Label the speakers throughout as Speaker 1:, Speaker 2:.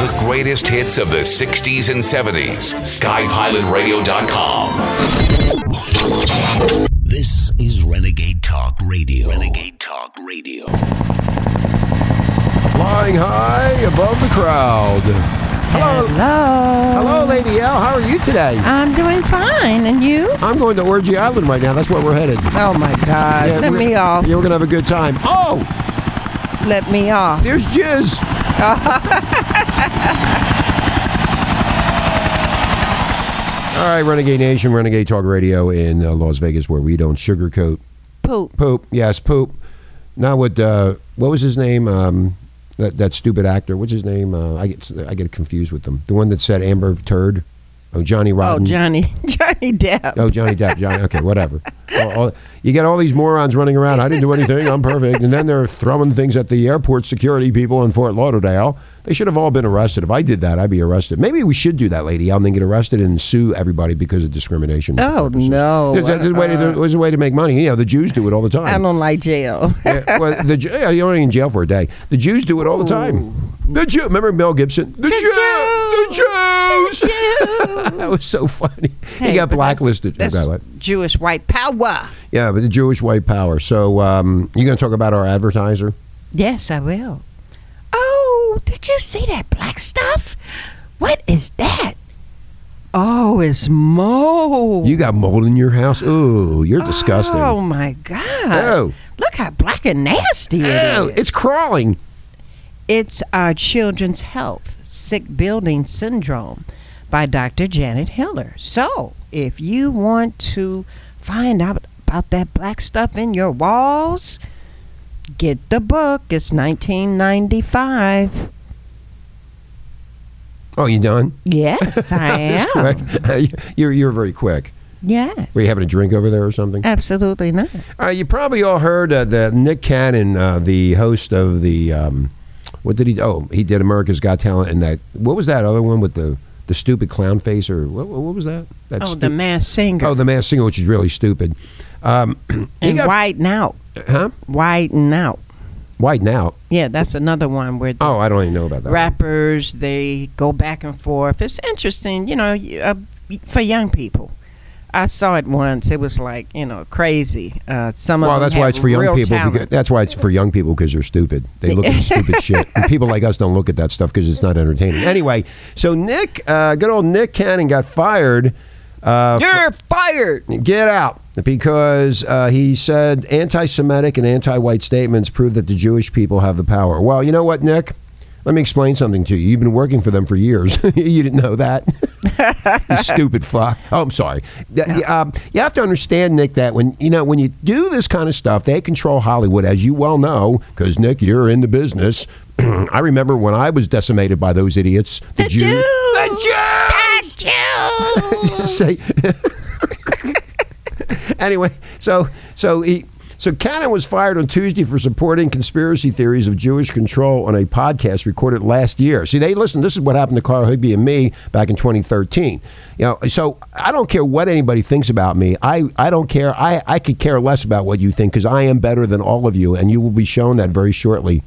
Speaker 1: The greatest hits of the 60s and 70s. SkyPilotRadio.com.
Speaker 2: This is Renegade Talk Radio.
Speaker 3: Renegade Talk Radio.
Speaker 4: Flying high above the crowd.
Speaker 5: Hello. Hello.
Speaker 4: Hello, Lady L. How are you today?
Speaker 5: I'm doing fine. And you?
Speaker 4: I'm going to Orgy Island right now. That's where we're headed.
Speaker 5: Oh, my God.
Speaker 4: Yeah,
Speaker 5: Let
Speaker 4: we're-
Speaker 5: me off.
Speaker 4: Yeah, we're going to have a good time. Oh,
Speaker 5: Let me off.
Speaker 4: there's Jizz. All right, Renegade Nation, Renegade Talk Radio in uh, Las Vegas, where we don't sugarcoat
Speaker 5: Poop.
Speaker 4: poop. Yes, poop. Not what. Uh, what was his name? Um, that that stupid actor. What's his name? Uh, I get I get confused with them. The one that said Amber Turd. Oh, Johnny
Speaker 5: Oh,
Speaker 4: Rotten.
Speaker 5: Johnny. Johnny Depp.
Speaker 4: Oh, Johnny Depp. Johnny. Okay, whatever. All- all- you get all these morons running around. I didn't do anything. I'm perfect. And then they're throwing things at the airport security people in Fort Lauderdale. They should have all been arrested. If I did that, I'd be arrested. Maybe we should do that, lady. I'll then get arrested and sue everybody because of discrimination.
Speaker 5: Oh, uh, no.
Speaker 4: There's, there's a way to, there's a way to make money. You know, the Jews do it all the time.
Speaker 5: I don't like jail.
Speaker 4: yeah, well, the Ju- yeah, you're only in jail for a day. The Jews do it all the time. The Jew. Remember Mel Gibson? The, Jews. The Jews. that was so funny.
Speaker 5: Hey,
Speaker 4: he got
Speaker 5: but that's-
Speaker 4: blacklisted.
Speaker 5: that's
Speaker 4: Okay, what?
Speaker 5: Jewish white power.
Speaker 4: Yeah, but the Jewish white power. So um, you're going to talk about our advertiser?
Speaker 5: Yes, I will. Oh, did you see that black stuff? What is that? Oh, it's mold.
Speaker 4: You got mold in your house? Ooh, you're disgusting.
Speaker 5: Oh, my God.
Speaker 4: Oh.
Speaker 5: Look how black and nasty it is.
Speaker 4: Ew, it's crawling.
Speaker 5: It's Our Children's Health Sick Building Syndrome by Dr. Janet Hiller. So, if you want to find out about that black stuff in your walls, get the book. It's 1995.
Speaker 4: Oh, you done?
Speaker 5: Yes, I am.
Speaker 4: That's quick. you're, you're very quick.
Speaker 5: Yes.
Speaker 4: Were you having a drink over there or something?
Speaker 5: Absolutely not.
Speaker 4: Uh, you probably all heard uh, that Nick Cannon, uh, the host of the um, what did he? Oh, he did America's Got Talent, and that what was that other one with the the stupid clown face or what, what was that? that
Speaker 5: Oh,
Speaker 4: stu-
Speaker 5: the mass singer.
Speaker 4: oh, the masked singer, which is really stupid. Um, he
Speaker 5: and
Speaker 4: got-
Speaker 5: widen out.
Speaker 4: huh?
Speaker 5: Widen out.
Speaker 4: Widen out.
Speaker 5: Yeah, that's another one where the
Speaker 4: Oh, I don't even know about that.
Speaker 5: rappers they go back and forth it's interesting you know y- uh, for young people i saw it once it was like you know crazy uh, some of
Speaker 4: Well,
Speaker 5: them
Speaker 4: that's why
Speaker 5: had
Speaker 4: it's for young
Speaker 5: real
Speaker 4: people.
Speaker 5: talent.
Speaker 4: Because, that's why it's for young people because they're stupid. They look at stupid shit. And people like us don't look at that stuff because it's not entertaining. Anyway, so Nick, uh, good old Nick Cannon, got fired. Uh,
Speaker 5: you're fired
Speaker 4: get out because uh, he said anti-Semitic and anti-white statements prove that the Jewish people have the power. Well, you know what, Nick? Let me explain something to you. You've been working for them for years. you didn't know that. you stupid fuck. Oh, I'm sorry. That- um, you have to understand, Nick, that when you know when you do this kind of stuff, they control Hollywood, as you well know, because Nick, you're in the business. I remember when I was decimated by those idiots. The, Jews. The Jews say. anyway, so so he so Cannon was fired on Tuesday for supporting conspiracy theories of Jewish control on a podcast recorded last year. See, they listen. This is what happened to Carl Higby and me back in 2013. You know, so I don't care what anybody thinks about me. I I don't care. I I could care less about what you think because I am better than all of you, and you will be shown that very shortly.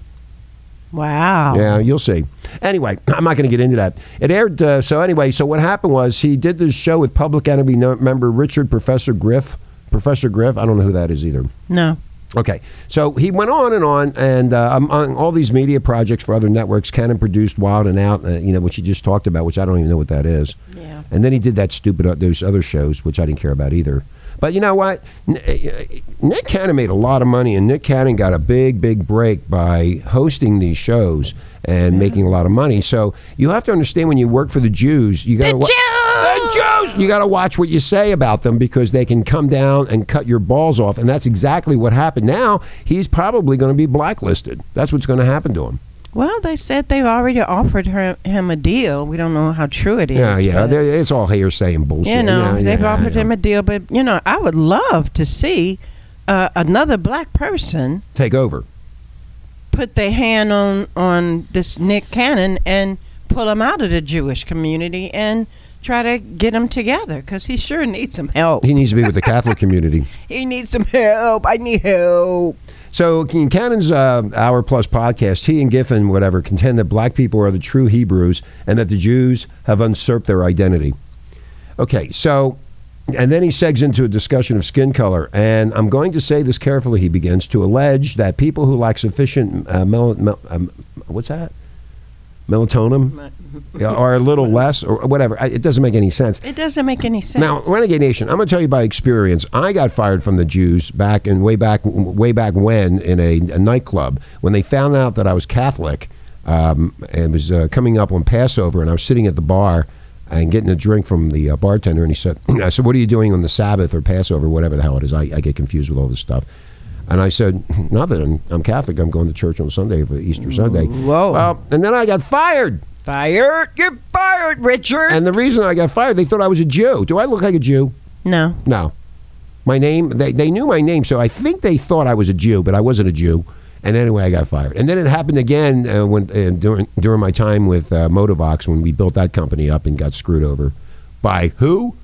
Speaker 5: wow
Speaker 4: Yeah, you'll see. Anyway, I'm not going to get into that. It aired. Uh, so anyway, so what happened was he did this show with Public Enemy no- member Richard Professor Griff. Professor Griff. I don't know who that is either.
Speaker 5: no
Speaker 4: Okay, so he went on and on, and uh, um, on all these media projects for other networks. Cannon produced Wild and Out, uh, you know, which he just talked about, which I don't even know what that is.
Speaker 5: Yeah.
Speaker 4: And then he did that stupid uh, those other shows, which I didn't care about either. But you know what? N- uh, Nick Cannon made a lot of money, and Nick Cannon got a big, big break by hosting these shows and making a lot of money. So you have to understand when you work for the Jews, you got to. Jews, you got to watch what you say about them because they can come down and cut your balls off, and that's exactly what happened. Now he's probably going to be blacklisted. That's what's going to happen to him.
Speaker 5: well they said they've already offered her, him a deal we don't know how true it is
Speaker 4: Yeah, yeah,
Speaker 5: but,
Speaker 4: they're- it's all hearsay and bullshit.
Speaker 5: you know
Speaker 4: Yeah,
Speaker 5: they've
Speaker 4: yeah,
Speaker 5: offered
Speaker 4: yeah.
Speaker 5: him a deal but you know i would love to see uh, another black person
Speaker 4: take over.
Speaker 5: put their hand on on this Nick Cannon and pull him out of the Jewish community and try to get him together because he sure needs some help.
Speaker 4: He needs to be with the Catholic community.
Speaker 5: He needs some help. I need help.
Speaker 4: So in Cannon's uh, hour plus podcast, he and Giffen, whatever, contend that black people are the true Hebrews and that the Jews have usurped their identity. Okay, so and then he segs into a discussion of skin color, and I'm going to say this carefully. He begins to allege that people who lack sufficient uh, mel- mel- um, what's that melatonin are a little less or whatever. I, it doesn't make any sense.
Speaker 5: It doesn't make any sense.
Speaker 4: Now, Renegade Nation, I'm going to tell you by experience. I got fired from the Jews back and way back, way back when in a, a nightclub when they found out that I was Catholic um, and was uh, coming up on Passover, and I was sitting at the bar and getting a drink from the uh, bartender, and he said, "I said, what are you doing on the Sabbath or Passover, whatever the hell it is? I, I get confused with all this stuff." And I said, "Nothing. I'm, I'm Catholic. I'm going to church on Sunday for Easter Sunday."
Speaker 5: Whoa.
Speaker 4: Well, and then I got fired.
Speaker 5: Fired. You're fired, Richard.
Speaker 4: And the reason I got fired, they thought I was a Jew. Do I look like a Jew?
Speaker 5: no.
Speaker 4: No. My name, they, they knew my name, so I think they thought I was a Jew, but I wasn't a Jew. And anyway, I got fired. And then it happened again uh, when uh, during during my time with uh, Motivox when we built that company up and got screwed over by who?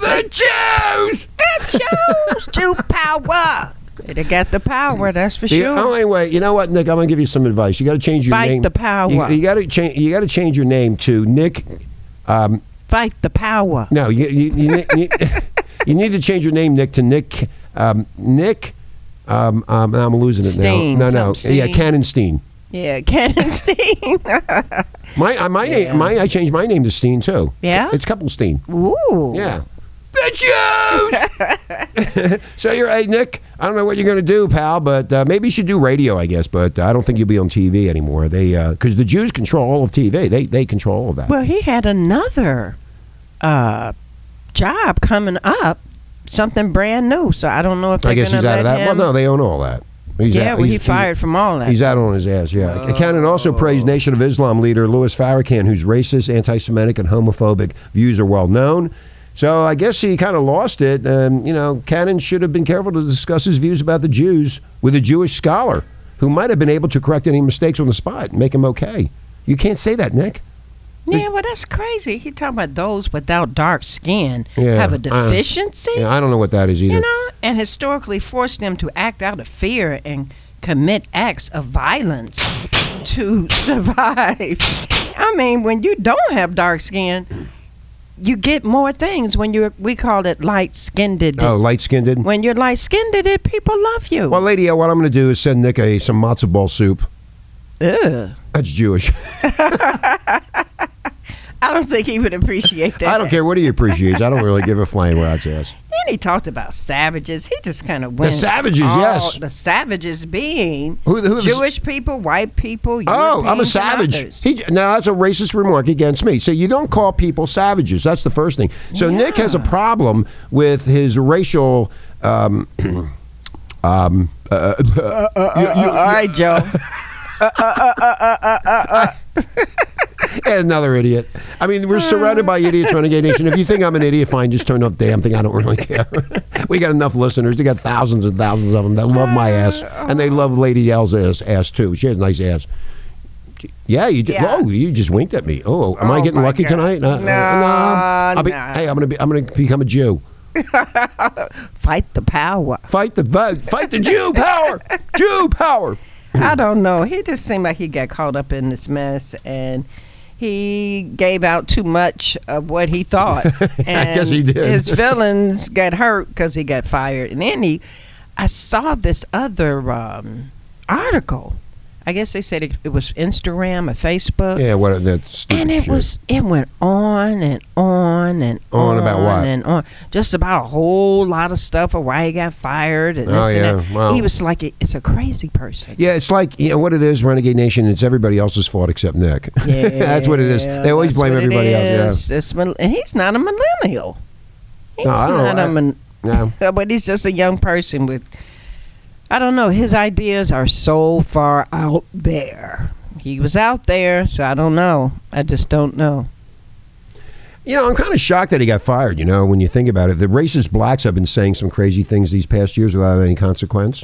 Speaker 4: The Jews.
Speaker 5: Choose to power. They got the power, that's for
Speaker 4: The
Speaker 5: sure.
Speaker 4: only way, Oh, you know what, Nick? I'm gonna give you some advice. You got to change your
Speaker 5: Fight
Speaker 4: name.
Speaker 5: the power.
Speaker 4: You, you got to change. You got to change your name to Nick. Um,
Speaker 5: Fight the power.
Speaker 4: no, you you, you, you, you need to change your name, Nick, to Nick um, Nick. Um, um, I'm losing it
Speaker 5: Steen,
Speaker 4: now. No, no,
Speaker 5: something
Speaker 4: yeah,
Speaker 5: Steen.
Speaker 4: Cannonstein.
Speaker 5: Yeah, Cannonstein.
Speaker 4: My uh, my name my I changed my name to Steen too.
Speaker 5: Yeah?
Speaker 4: it's Couplestein.
Speaker 5: Ooh.
Speaker 4: Yeah. The Jews. so you're hey Nick. I don't know what you're going to do, pal, but uh, maybe you should do radio, I guess. But uh, I don't think you'll be on TV anymore. They because the Jews control all of TV. They they control all of that.
Speaker 5: Well, he had another uh, job coming up, something brand new. So I don't know if they're
Speaker 4: I guess
Speaker 5: gonna
Speaker 4: he's out of
Speaker 5: let
Speaker 4: that. Well,
Speaker 5: him-
Speaker 4: no, they own all that. He's
Speaker 5: yeah,
Speaker 4: out-
Speaker 5: well, he
Speaker 4: he's- he's-
Speaker 5: fired from all that. Oh.
Speaker 4: He's out on his ass, yeah. Cannon also praised Nation of Islam leader Louis Farrakhan, whose racist, anti Semitic, and homophobic views are well known. So I guess he kind of lost it. Um, you know, Cannon should have been careful to discuss his views about the Jews with a Jewish scholar who might have been able to correct any mistakes on the spot and make him okay. You can't say that, Nick.
Speaker 5: yeah, well, that's crazy. He talking about those without dark skin
Speaker 4: Yeah,
Speaker 5: have a
Speaker 4: uh,
Speaker 5: deficiency,
Speaker 4: Yeah, I don't know what that is either.
Speaker 5: you know, and historically forced them to act out of fear and commit acts of violence to survive. I mean, when you don't have dark skin, you get more things. When you are we call it light skinned.
Speaker 4: oh, light skinned.
Speaker 5: When you're light skinned, it people love you.
Speaker 4: Well, lady, uh, what I'm going to do is send Nick a, some matzo ball soup.
Speaker 5: Ugh.
Speaker 4: That's Jewish.
Speaker 5: I don't think he would appreciate that.
Speaker 4: I don't care what he appreciates. I don't really give a flying rat's ass.
Speaker 5: Then he talked about savages. He just kind of went
Speaker 4: savages,
Speaker 5: all-
Speaker 4: yes.
Speaker 5: the savages being
Speaker 4: Who, who
Speaker 5: Jewish people, white people.
Speaker 4: Oh, I'm a
Speaker 5: Europeans, and
Speaker 4: savage.
Speaker 5: others.
Speaker 4: He, now that's a racist remark against me. So you don't call people savages. That's the first thing. So Nick has a problem with his racial. Um, um, uh,
Speaker 5: all right, Joe.
Speaker 4: another idiot. I mean, we're surrounded by idiots, renegade nation. If you think I'm an idiot, fine, just turn up damn thing. I don't really care. we got enough listeners. We got thousands and thousands of them that love my ass, and they love Lady L's ass, ass too. She has a nice ass. Yeah, you just
Speaker 5: Yeah.
Speaker 4: oh, you just winked at me. Oh, am I
Speaker 5: Oh,
Speaker 4: getting
Speaker 5: my
Speaker 4: lucky
Speaker 5: God.
Speaker 4: tonight? Uh, uh,
Speaker 5: No,
Speaker 4: I'll be,
Speaker 5: no.
Speaker 4: Hey, I'm gonna be. I'm gonna become a Jew.
Speaker 5: Fight the power.
Speaker 4: Fight the bu- fight the Jew power. Jew power.
Speaker 5: I don't know. He just seemed like he got caught up in this mess and he gave out too much of what he thought. And
Speaker 4: guess he did.
Speaker 5: His feelings got hurt because he got fired. And then he, I saw this other um, article. I guess they said it, it was Instagram or Facebook.
Speaker 4: Yeah, what that stupid
Speaker 5: And it
Speaker 4: shit.
Speaker 5: was it went on and on and on,
Speaker 4: On about what?
Speaker 5: and on just about a whole lot of stuff of why he got fired and this
Speaker 4: Oh,
Speaker 5: and
Speaker 4: yeah.
Speaker 5: that.
Speaker 4: Wow.
Speaker 5: He was like it's a crazy person.
Speaker 4: Yeah, it's like you know what it is, Renegade Nation. It's everybody else's fault except Nick.
Speaker 5: Yeah,
Speaker 4: that's what it is. They always
Speaker 5: that's
Speaker 4: blame
Speaker 5: what it
Speaker 4: everybody else.
Speaker 5: is. It's mil- and he's not a millennial. He's
Speaker 4: I don't know.
Speaker 5: not a min-
Speaker 4: Yeah. No.
Speaker 5: but he's just a young person with. I don't know. His ideas are so far out there. He was out there, so I don't know. I just don't know.
Speaker 4: You know, I'm kind of shocked that he got fired. You know, when you think about it, the racist blacks have been saying some crazy things these past years without any consequence.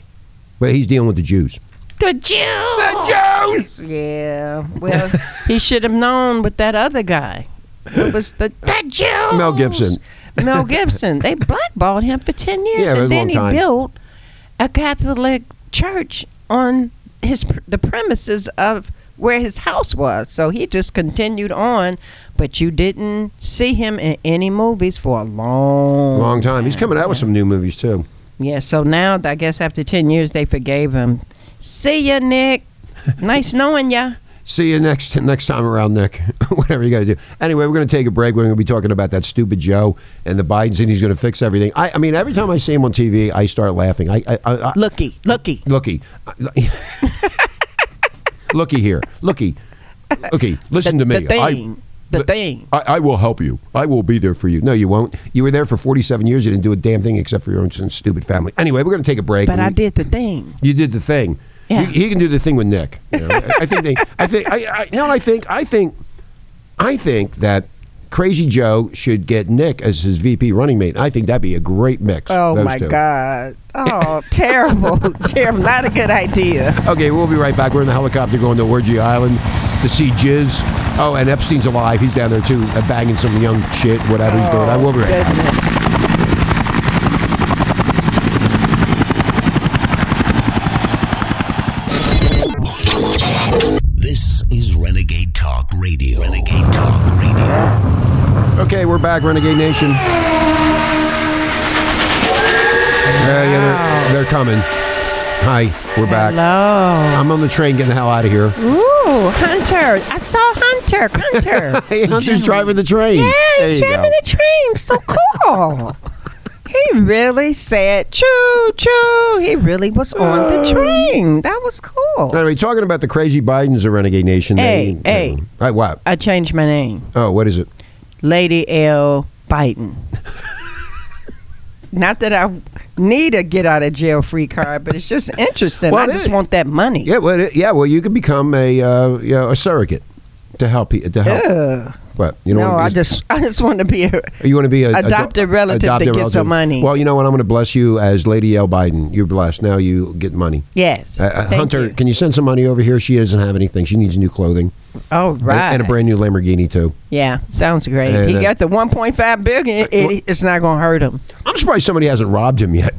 Speaker 4: But he's dealing with the Jews.
Speaker 5: The Jew. The Jews. Yeah. Well, he should have known with that other guy. It was the the Jews.
Speaker 4: Mel Gibson.
Speaker 5: Mel Gibson. They blackballed him for ten years,
Speaker 4: Yeah, it was a
Speaker 5: and then
Speaker 4: long
Speaker 5: he
Speaker 4: time.
Speaker 5: built a Catholic church on his pr- the premises of where his house was. So he just continued on, but you didn't see him in any movies for a long
Speaker 4: Long time. He's coming out with some new movies too.
Speaker 5: Yeah, so now I guess after 10 years they forgave him. See ya, Nick. nice knowing ya.
Speaker 4: See you next next time around, Nick. Whatever you got to do. Anyway, we're going to take a break. We're going to be talking about that stupid Joe and the Bidens, and he's going to fix everything. I, I mean, every time I see him on TV, I start laughing. I, I, I, I
Speaker 5: Looky, looky.
Speaker 4: looky, looky here, looky, looky. Listen
Speaker 5: the,
Speaker 4: to me.
Speaker 5: The
Speaker 4: I-
Speaker 5: thing. the, thing.
Speaker 4: I, I will help you. I will be there for you. No, you won't. You were there for 47 years. You didn't do a damn thing except for your own stupid family. Anyway, we're going to take a break.
Speaker 5: But
Speaker 4: and
Speaker 5: I
Speaker 4: we-
Speaker 5: did the thing.
Speaker 4: You did the thing.
Speaker 5: Yeah.
Speaker 4: He, he can do the thing with Nick. you know. I, I think. They, I think. I, I, you know what I think? I think. I think that Crazy Joe should get Nick as his VP running mate. I think that'd be a great mix.
Speaker 5: Oh
Speaker 4: those
Speaker 5: my
Speaker 4: two.
Speaker 5: God. Oh, terrible. terrible. Not a good idea.
Speaker 4: Okay, we'll be right back. We're in the helicopter going to Orgy Island to see Jizz. Oh, and Epstein's alive. He's down there too, uh, banging some young shit, whatever he's doing. I will be right. back.
Speaker 5: Goodness.
Speaker 2: This is Renegade Talk Radio. Renegade Talk Radio.
Speaker 5: Oh,
Speaker 4: Okay, we're back, Renegade Nation. Yeah, yeah, they're, they're coming. Hi, we're back.
Speaker 5: Hello.
Speaker 4: I'm on the train getting the hell out of here.
Speaker 5: Ooh, Hunter. I saw Hunter. Hunter.
Speaker 4: Hey, Hunter's driving the train.
Speaker 5: Yeah,
Speaker 4: There
Speaker 5: he's
Speaker 4: you go.
Speaker 5: driving the train. So cool. he really said choo choo. He really was on
Speaker 4: Uh.
Speaker 5: the train. That was cool.
Speaker 4: Anyway, talking about the crazy Bidens of Renegade Nation.
Speaker 5: Hey,
Speaker 4: they,
Speaker 5: hey.
Speaker 4: Right, what?
Speaker 5: I changed my name,
Speaker 4: Oh, what is it?
Speaker 5: Lady L. Biden. Not that I need a get out of jail free card, but it's just interesting.
Speaker 4: Well,
Speaker 5: I
Speaker 4: it
Speaker 5: just
Speaker 4: is.
Speaker 5: want that money.
Speaker 4: Yeah, well, it- yeah. Well, you could become a uh, you know, a surrogate to help pe- to help.
Speaker 5: Ugh.
Speaker 4: What you
Speaker 5: No,
Speaker 4: wanna
Speaker 5: I
Speaker 4: be-
Speaker 5: just I just want to be a
Speaker 4: You want to be a ado-
Speaker 5: Adopted relative that
Speaker 4: adopted
Speaker 5: gets some
Speaker 4: relative.
Speaker 5: money.
Speaker 4: Well, you know what? I'm going to bless you as Lady L. Biden. You're blessed. Now you get money.
Speaker 5: yes.
Speaker 4: Uh, uh,
Speaker 5: Thank
Speaker 4: Hunter,
Speaker 5: you.
Speaker 4: can you send some money over here? She doesn't have anything. She needs new clothing
Speaker 5: oh
Speaker 4: And-
Speaker 5: right,
Speaker 4: and a brand new Lamborghini too.
Speaker 5: Yeah, sounds great.
Speaker 4: And,
Speaker 5: he
Speaker 4: uh,
Speaker 5: got the 1.5 billion. It, it's not going to hurt him.
Speaker 4: I'm surprised somebody hasn't robbed him yet.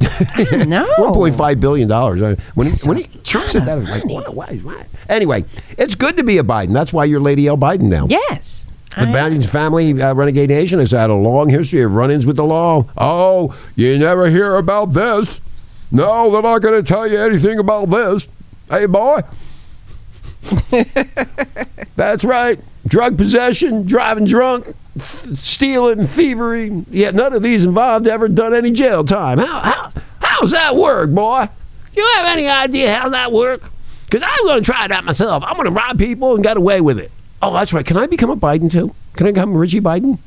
Speaker 5: No.
Speaker 4: 1.5 billion dollars. I- When he,
Speaker 5: That's
Speaker 4: when
Speaker 5: a
Speaker 4: he Trump said that, I was like, why, why, why? Anyway, it's good to be a Biden. That's why you're Lady L. Biden now.
Speaker 5: Yes.
Speaker 4: The
Speaker 5: I-
Speaker 4: Biden family, uh, Renegade Nation, has had a long history of run-ins with the law. Oh, you never hear about this. No, they're not going to tell you anything about this. Hey, boy. That's right. Drug possession, driving drunk, f- stealing, thievery. Yet none of these involved ever done any jail time. How, how, how's that work, boy? You have any idea how that work? Because I'm going to try it out myself. I'm going to rob people and get away with it. Oh, that's right. Can I become a Biden, too? Can I become Richie Biden?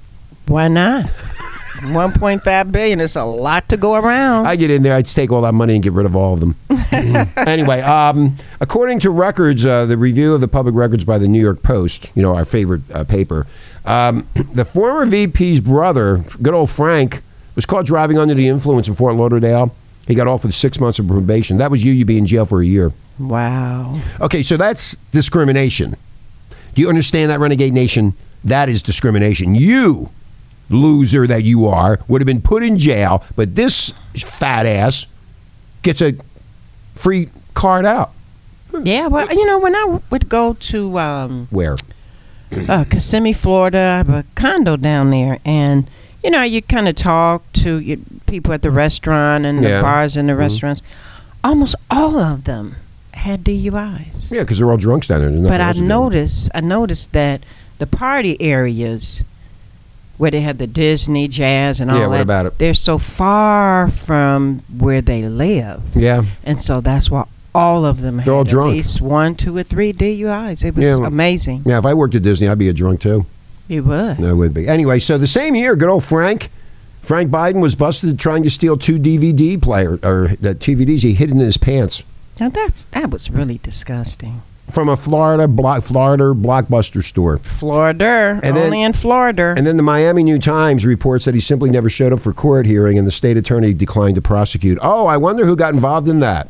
Speaker 5: Why not? 1.5 billion is a lot to go around.
Speaker 4: I get in there, I'd take all that money and get rid of all of them. anyway, um, according to records, uh, the review of the public records by the New York Post, you know, our favorite uh, paper, um, the former VP's brother, good old Frank, was caught driving under the influence in Fort Lauderdale. He got off with six months of probation. That was you. You'd be in jail for a year.
Speaker 5: wow.
Speaker 4: Okay, so that's discrimination. Do you understand that, Renegade Nation? That is discrimination. You, loser that you are, would have been put in jail, but this fat ass gets a free card out.
Speaker 5: Yeah, well, you know, when I would go to um,
Speaker 4: Where?
Speaker 5: uh, Kissimmee, Florida, I have a condo down there, and, you know, you kind of talk to your people at the restaurant and
Speaker 4: Yeah. Mm-hmm.
Speaker 5: the bars and the restaurants. Almost all of them had DUIs.
Speaker 4: Yeah, because they're all drunks down there. There's nothing
Speaker 5: But I
Speaker 4: else to do.
Speaker 5: noticed, I noticed that the party areas where they had the Disney jazz and all
Speaker 4: Yeah, what
Speaker 5: that,
Speaker 4: about it?
Speaker 5: they're so far from where they live,
Speaker 4: Yeah.
Speaker 5: and so that's why all of them
Speaker 4: They're
Speaker 5: had
Speaker 4: all drunk.
Speaker 5: at least one, two, or three DUIs. It was
Speaker 4: Yeah.
Speaker 5: amazing.
Speaker 4: Yeah, if I worked at Disney, I'd be a drunk too.
Speaker 5: It was.
Speaker 4: No, I would be. Anyway, so the same year, good old Frank, Frank Biden was busted trying to steal two DVD player or uh, DVDs he hid in his pants.
Speaker 5: Now that's that was really disgusting.
Speaker 4: from a Florida block, Florida blockbuster store.
Speaker 5: Florida,
Speaker 4: And then-
Speaker 5: only in Florida.
Speaker 4: And then the Miami New Times reports that he simply never showed up for court hearing, and the state attorney declined to prosecute. Oh, I wonder who got involved in that.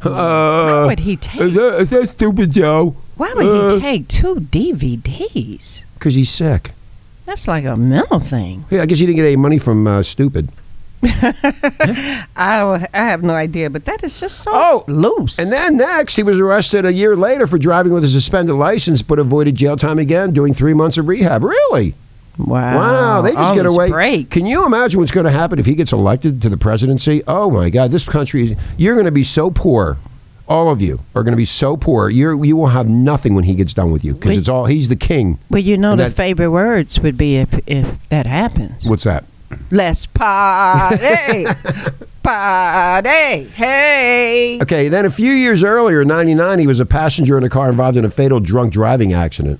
Speaker 5: Why
Speaker 4: Uh,
Speaker 5: would he
Speaker 4: is
Speaker 5: take?
Speaker 4: that, is that stupid Joe?
Speaker 5: Why would he take two DVDs?
Speaker 4: Because he's sick.
Speaker 5: That's like a mental thing.
Speaker 4: Yeah, I guess he didn't get any money from uh, stupid.
Speaker 5: I don't, I have no idea, but that is just so
Speaker 4: Oh,
Speaker 5: loose.
Speaker 4: And then next, he was arrested a year later for driving with a suspended license, but avoided jail time again, doing three months of rehab. Really?
Speaker 5: wow,
Speaker 4: Wow, they just
Speaker 5: all
Speaker 4: get
Speaker 5: Oh, these
Speaker 4: away.
Speaker 5: Breaks.
Speaker 4: Can you imagine what's going to happen if he gets elected to the presidency? Oh my God, this country is. You're going to be so poor. All of you are going to be so poor. You're, you will have nothing when he gets done with you because
Speaker 5: Wait.
Speaker 4: it's all. He's the king.
Speaker 5: Well, you know
Speaker 4: And
Speaker 5: the
Speaker 4: that-
Speaker 5: favorite words would be if if that happens.
Speaker 4: What's that?
Speaker 5: Let's party, party, hey.
Speaker 4: Okay, then a few years earlier, in 99, he was a passenger in a car involved in a fatal drunk driving accident.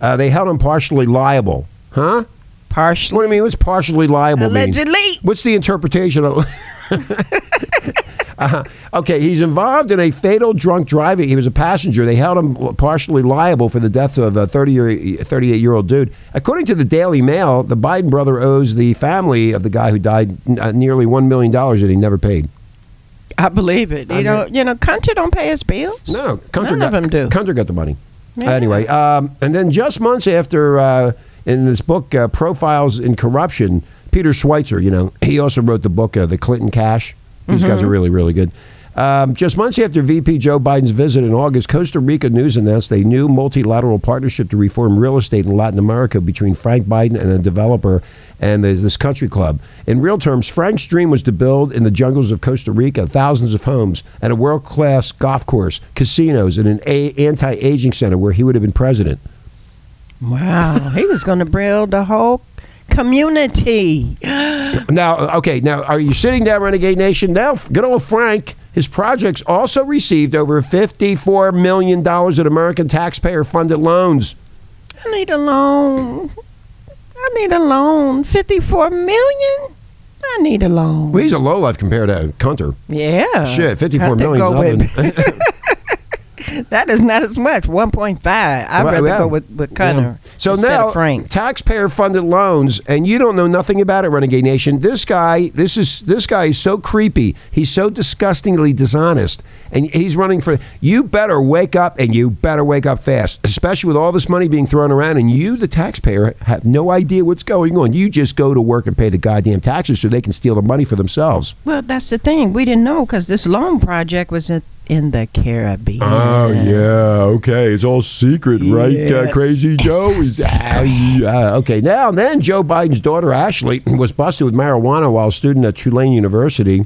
Speaker 4: Uh, they held him partially liable. Huh? What
Speaker 5: Partially,
Speaker 4: do you mean? What's partially liable mean?
Speaker 5: allegedly.
Speaker 4: What's the interpretation of? Uh-huh. Okay, he's involved in a fatal drunk driving. He was a passenger. They held him partially liable for the death of a 30 year, 38 year old dude. According to the Daily Mail, the Biden brother owes the family of the guy who died uh, nearly $1 million that he never paid.
Speaker 5: I believe it. You
Speaker 4: I
Speaker 5: know, you know, country don't pay his bills.
Speaker 4: No, Hunter
Speaker 5: None
Speaker 4: got,
Speaker 5: of 'em do.
Speaker 4: Hunter got the money.
Speaker 5: Yeah.
Speaker 4: Anyway, um, and then just months after, uh, in this book, uh, Profiles in Corruption, Peter Schweitzer, you know, he also wrote the book, uh, The Clinton Cash. These
Speaker 5: Mm-hmm.
Speaker 4: guys are really, really good. Um, just months after VP Joe Biden's visit in August, Costa Rica News announced a new multilateral partnership to reform real estate in Latin America between Frank Biden and a developer and the, this country club. In real terms, Frank's dream was to build in the jungles of Costa Rica thousands of homes and a world class golf course, casinos, and an a- anti aging center where he would have been president.
Speaker 5: Wow, he was going to build the whole community.
Speaker 4: Now, okay, now are you sitting down, Renegade Nation? Now, good old Frank, his projects also received over $54 million in American taxpayer funded loans.
Speaker 5: I need a loan. I need a loan. Fifty-four million. I need a loan.
Speaker 4: Well, he's a lowlife compared to Hunter.
Speaker 5: yeah.
Speaker 4: Shit, fifty-four
Speaker 5: Uh, Have to
Speaker 4: million.
Speaker 5: go
Speaker 4: nothing.
Speaker 5: with- that is not as much. One point five. I'd
Speaker 4: Well,
Speaker 5: rather
Speaker 4: yeah.
Speaker 5: go with with
Speaker 4: Yeah.
Speaker 5: Connor.
Speaker 4: So
Speaker 5: instead
Speaker 4: now,
Speaker 5: of Frank.
Speaker 4: taxpayer-funded loans, and you don't know nothing about it, Renegade Nation. This guy, this is this guy is so creepy. He's so disgustingly dishonest, and he's running for. You better wake up, and you better wake up fast, especially with all this money being thrown around, and you, the taxpayer, have no idea what's going on. You just go to work and pay the goddamn taxes so they can steal the money for themselves.
Speaker 5: Well, that's the thing. We didn't know because this loan project was in, in the Caribbean.
Speaker 4: Oh yeah, okay. It's all secret, right? Uh,
Speaker 5: Yes.
Speaker 4: crazy
Speaker 5: It's
Speaker 4: Joe.
Speaker 5: a
Speaker 4: Is- Ah, yeah. Okay. Now and then, Joe Biden's daughter Ashley was busted with marijuana while a student at Tulane University,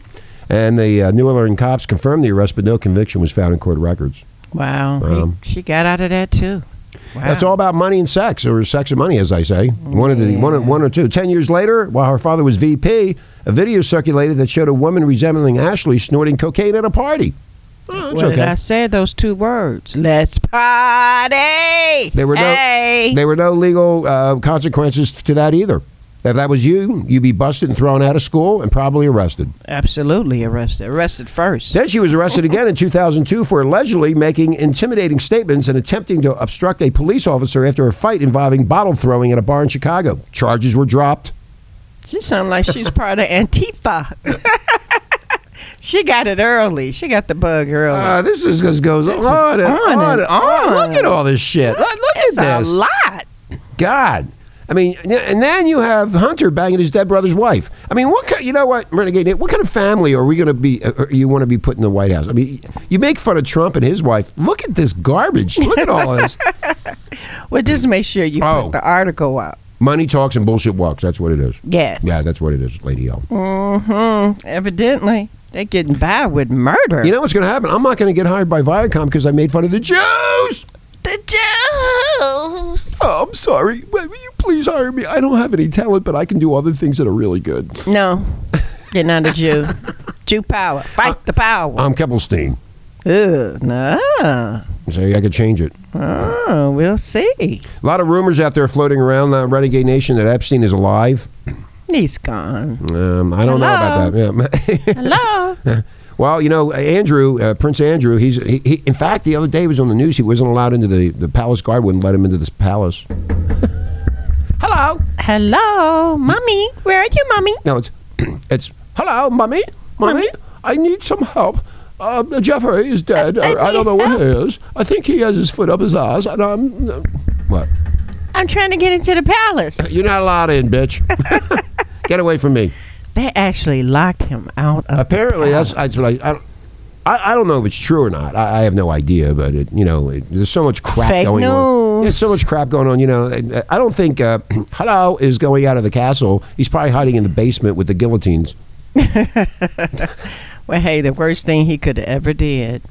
Speaker 4: and the uh, New Orleans cops confirmed the arrest, but no conviction was found in court records.
Speaker 5: Wow. he-
Speaker 4: Wow.
Speaker 5: she got out of that too. Wow.
Speaker 4: Um, That's all about money and sex, or sex and money, as I say. One of the one, one or two. Ten years later, while her father was VP, a video circulated that showed a woman resembling Ashley snorting cocaine at a party. Oh, that's
Speaker 5: Well,
Speaker 4: okay.
Speaker 5: I said those two words. Let's party.
Speaker 4: There were no
Speaker 5: Hey.
Speaker 4: there were no legal uh, consequences to that either. If that was you, you'd be busted and thrown out of school and probably arrested.
Speaker 5: Absolutely arrested. Arrested first.
Speaker 4: Then she was arrested again in 2002 for allegedly making intimidating statements and attempting to obstruct a police officer after a fight involving bottle throwing at a bar in Chicago. Charges were dropped.
Speaker 5: She sounded like she's part of Antifa. she got it early. She got the bug early.
Speaker 4: Uh, this is just goes
Speaker 5: This is
Speaker 4: on, and
Speaker 5: on
Speaker 4: on,
Speaker 5: and
Speaker 4: and on.
Speaker 5: on.
Speaker 4: Look at all this shit. Look, look
Speaker 5: it's
Speaker 4: at
Speaker 5: a
Speaker 4: this.
Speaker 5: lot.
Speaker 4: God. I mean, n- and then you have Hunter banging his dead brother's wife. I mean, what kind? You know what, Renegade? Nate, What kind of family are we going to be? uh, you want to be put in the White House? I mean, you make fun of Trump and his wife. Look at this garbage. Look at all this.
Speaker 5: Well, just make sure you
Speaker 4: Oh.
Speaker 5: put the article up.
Speaker 4: Money talks and bullshit walks. That's what it is.
Speaker 5: Yes.
Speaker 4: Yeah, that's what it is, Lady L.
Speaker 5: hmm Evidently, they getting by with murder.
Speaker 4: You know what's going to happen? I'm not going to get hired by Viacom because I made fun of the Jews.
Speaker 5: the Jews.
Speaker 4: Oh, I'm sorry. Will you please hire me? I don't have any talent, but I can do other things that are really good.
Speaker 5: No, you're not a Jew. Jew power. Fight the power.
Speaker 4: I'm Keppelstein.
Speaker 5: Ugh, no.
Speaker 4: So I could change it.
Speaker 5: Oh, we'll see.
Speaker 4: A lot of rumors out there floating around uh, Renegade Nation that Epstein is alive.
Speaker 5: He's gone.
Speaker 4: Um, I don't know about that. Yeah.
Speaker 5: Hello.
Speaker 4: well, you know, Andrew, uh, Prince Andrew, he's he, he, in fact the other day he was on the news. He wasn't allowed into the the palace guard wouldn't let him into this palace. hello.
Speaker 5: Hello, mommy. Where are you, mommy?
Speaker 4: No, it's it's hello, mummy, mummy.
Speaker 5: Mummy?
Speaker 4: I need some help. Uh, Jeffrey is dead.
Speaker 5: I-
Speaker 4: or I,
Speaker 5: I
Speaker 4: don't
Speaker 5: need
Speaker 4: know what it is. I think he has his foot up his ass, and I'm. uh, what?
Speaker 5: I'm trying to get into the palace.
Speaker 4: You're not allowed in, bitch. Get away from me.
Speaker 5: They actually locked him out of the
Speaker 4: Apparently, that's
Speaker 5: palace.
Speaker 4: that's like I, I, I don't know if it's true or not. I, I have no idea, but it, you know, it, there's so much crap
Speaker 5: Fake
Speaker 4: going on.
Speaker 5: news.
Speaker 4: There's so much crap going on. You know, and, uh, I don't think uh, Hello is going out of the castle. He's probably hiding in the basement with the guillotines.
Speaker 5: Well, hey, the worst thing he could ever did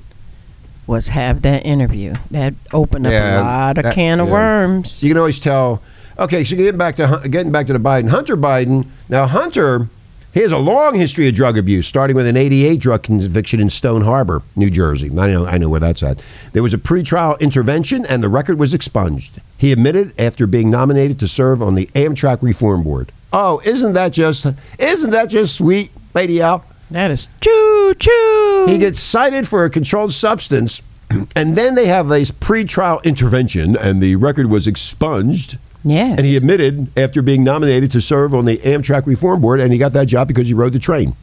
Speaker 5: was have that interview. That opened up
Speaker 4: Yeah,
Speaker 5: a lot of
Speaker 4: that-
Speaker 5: can of
Speaker 4: yeah.
Speaker 5: worms.
Speaker 4: You can always tell. Okay, so getting back to Hun- getting back to the Biden, Hunter Biden. Now, Hunter, he has a long history of drug abuse, starting with an '88 drug conviction in Stone Harbor, New Jersey. I know, I know where that's at. There was a pretrial intervention, and the record was expunged. He admitted after being nominated to serve on the Amtrak Reform Board. Oh, isn't that just isn't that just sweet, Lady Al?
Speaker 5: That is choo choo.
Speaker 4: He gets cited for a controlled substance, and then they have this pretrial intervention, and the record was expunged.
Speaker 5: yeah.
Speaker 4: And he admitted after being nominated to serve on the Amtrak Reform Board, and he got that job because he rode the train.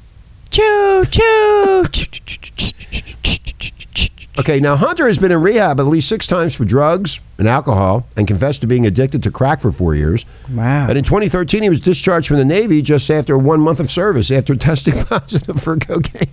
Speaker 5: choo choo. Choo, choo, choo, choo, choo, choo, choo, choo, choo.
Speaker 4: Okay, now Hunter has been in rehab at least six times for drugs and alcohol and confessed to being addicted to crack for four years.
Speaker 5: Wow.
Speaker 4: And in 2013, he was discharged from the Navy just after one month of service after testing positive for cocaine.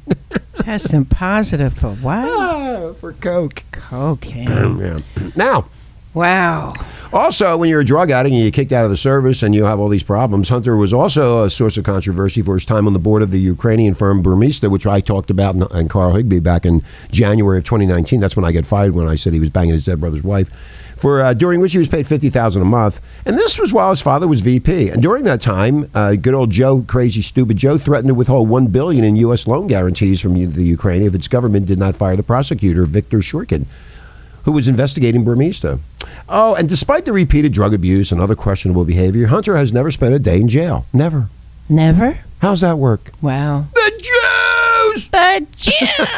Speaker 5: Testing positive for what?
Speaker 4: Ah, for coke.
Speaker 5: Cocaine.
Speaker 4: Yeah. Now,
Speaker 5: Wow.
Speaker 4: Also, when you're a drug addict and you're kicked out of the service and you have all these problems, Hunter was also a source of controversy for his time on the board of the Ukrainian firm Burmista, which I talked about and- and Carl Higby back in January of 2019. That's when I got fired when I said he was banging his dead brother's wife. For uh, during which he was paid fifty thousand a month, and this was while his father was VP. And during that time, uh, good old Joe, crazy stupid Joe, threatened to withhold one billion in U.S. loan guarantees from the Ukraine if its government did not fire the prosecutor Viktor Shurkin who was investigating Burmista. Oh, and despite the repeated drug abuse and other questionable behavior, Hunter has never spent a day in jail. Never.
Speaker 5: Never?
Speaker 4: How's that work?
Speaker 5: Wow.
Speaker 4: The Jews!
Speaker 5: The Jews.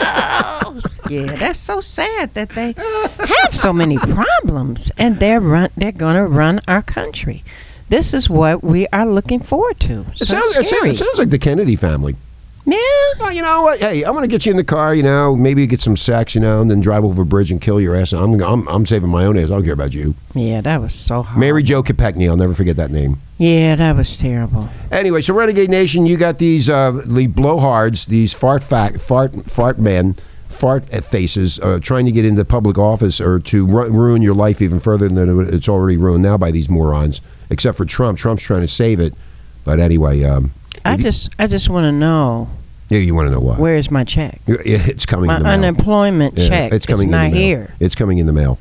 Speaker 5: yeah, that's so sad that they have so many problems, and they're run. They're gonna run our country. This is what we are looking forward to. So
Speaker 4: It sounds, it, sounds,
Speaker 5: scary.
Speaker 4: it sounds like the Kennedy family.
Speaker 5: yeah.
Speaker 4: Well, you know what? Hey, I'm going to get you in the car, you know, maybe get some sex, you know, and then drive over a bridge and kill your ass. I'm, I'm, I'm saving my own ass. I don't care about you.
Speaker 5: Yeah, that was so hard.
Speaker 4: Mary Jo Kopechne. I'll never forget that name.
Speaker 5: Yeah, that was terrible.
Speaker 4: Anyway, so Renegade Nation, you got these uh, the blowhards, these fart fact, fart fart men, fart faces, uh, trying to get into public office or to ru- ruin your life even further than it's already ruined now by these morons. Except for Trump, Trump's trying to save it. But anyway, um,
Speaker 5: I
Speaker 4: Did you-
Speaker 5: just, I just want to know
Speaker 4: yeah, you want to know why?
Speaker 5: where is my check?
Speaker 4: Yeah, It's coming.
Speaker 5: My
Speaker 4: in the mail.
Speaker 5: unemployment
Speaker 4: Yeah,
Speaker 5: check.
Speaker 4: It's coming
Speaker 5: It's
Speaker 4: in the
Speaker 5: not
Speaker 4: mail.
Speaker 5: here.
Speaker 4: It's coming in the mail.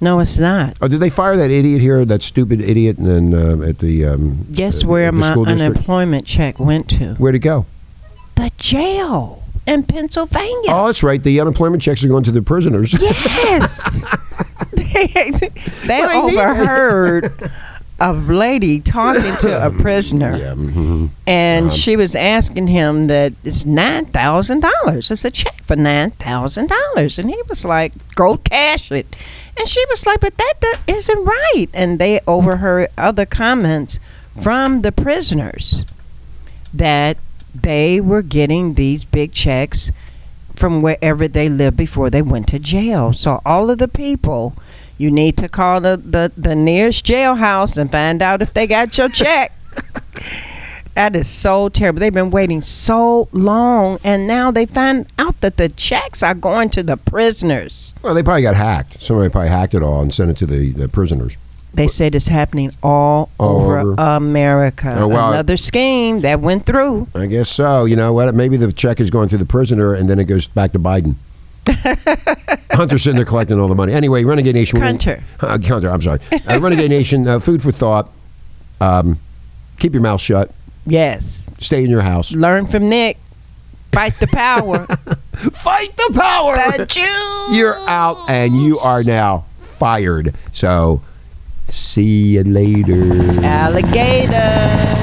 Speaker 5: No, it's not.
Speaker 4: Oh, did they fire that idiot here? That stupid idiot, and then uh, at the um,
Speaker 5: Guess
Speaker 4: uh,
Speaker 5: where
Speaker 4: the
Speaker 5: my
Speaker 4: school district?
Speaker 5: unemployment check went to?
Speaker 4: Where'd it go?
Speaker 5: The jail in Pennsylvania.
Speaker 4: Oh, that's right. The unemployment checks are going to the prisoners.
Speaker 5: Yes. they
Speaker 4: Well, I need it.
Speaker 5: overheard a lady talking to a prisoner,
Speaker 4: Yeah, mhm.
Speaker 5: and she was asking him that it's nine thousand dollars. It's a check for nine thousand dollars, and he was like, "Go cash it," and she was like, "But that do- isn't right." And they overheard other comments from the prisoners that they were getting these big checks from wherever they lived before they went to jail. So all of the people, you need to call the, the, the nearest jailhouse and find out if they got your check. that is so terrible. They've been waiting so long and now they find out that the checks are going to the prisoners.
Speaker 4: Well, they probably got hacked. Somebody probably hacked it all and sent it to the, the prisoners.
Speaker 5: They said it's happening all,
Speaker 4: All
Speaker 5: over,
Speaker 4: over.
Speaker 5: America.
Speaker 4: Oh, wow.
Speaker 5: Another scheme that went through.
Speaker 4: I guess so. You know what? Maybe the check is going through the prisoner and then it goes back to Biden. Hunter's sitting there collecting all the money. Anyway, Renegade Nation. we're gonna-
Speaker 5: Hunter.
Speaker 4: Uh, Hunter, I'm sorry. Uh, Renegade Nation, uh, food for thought. Um, keep your mouth shut.
Speaker 5: Yes.
Speaker 4: Stay in your house.
Speaker 5: Learn from Nick. Fight the power.
Speaker 4: Fight the power!
Speaker 5: the Jews.
Speaker 4: You're out and you are now fired. So, see you later.
Speaker 5: Alligator.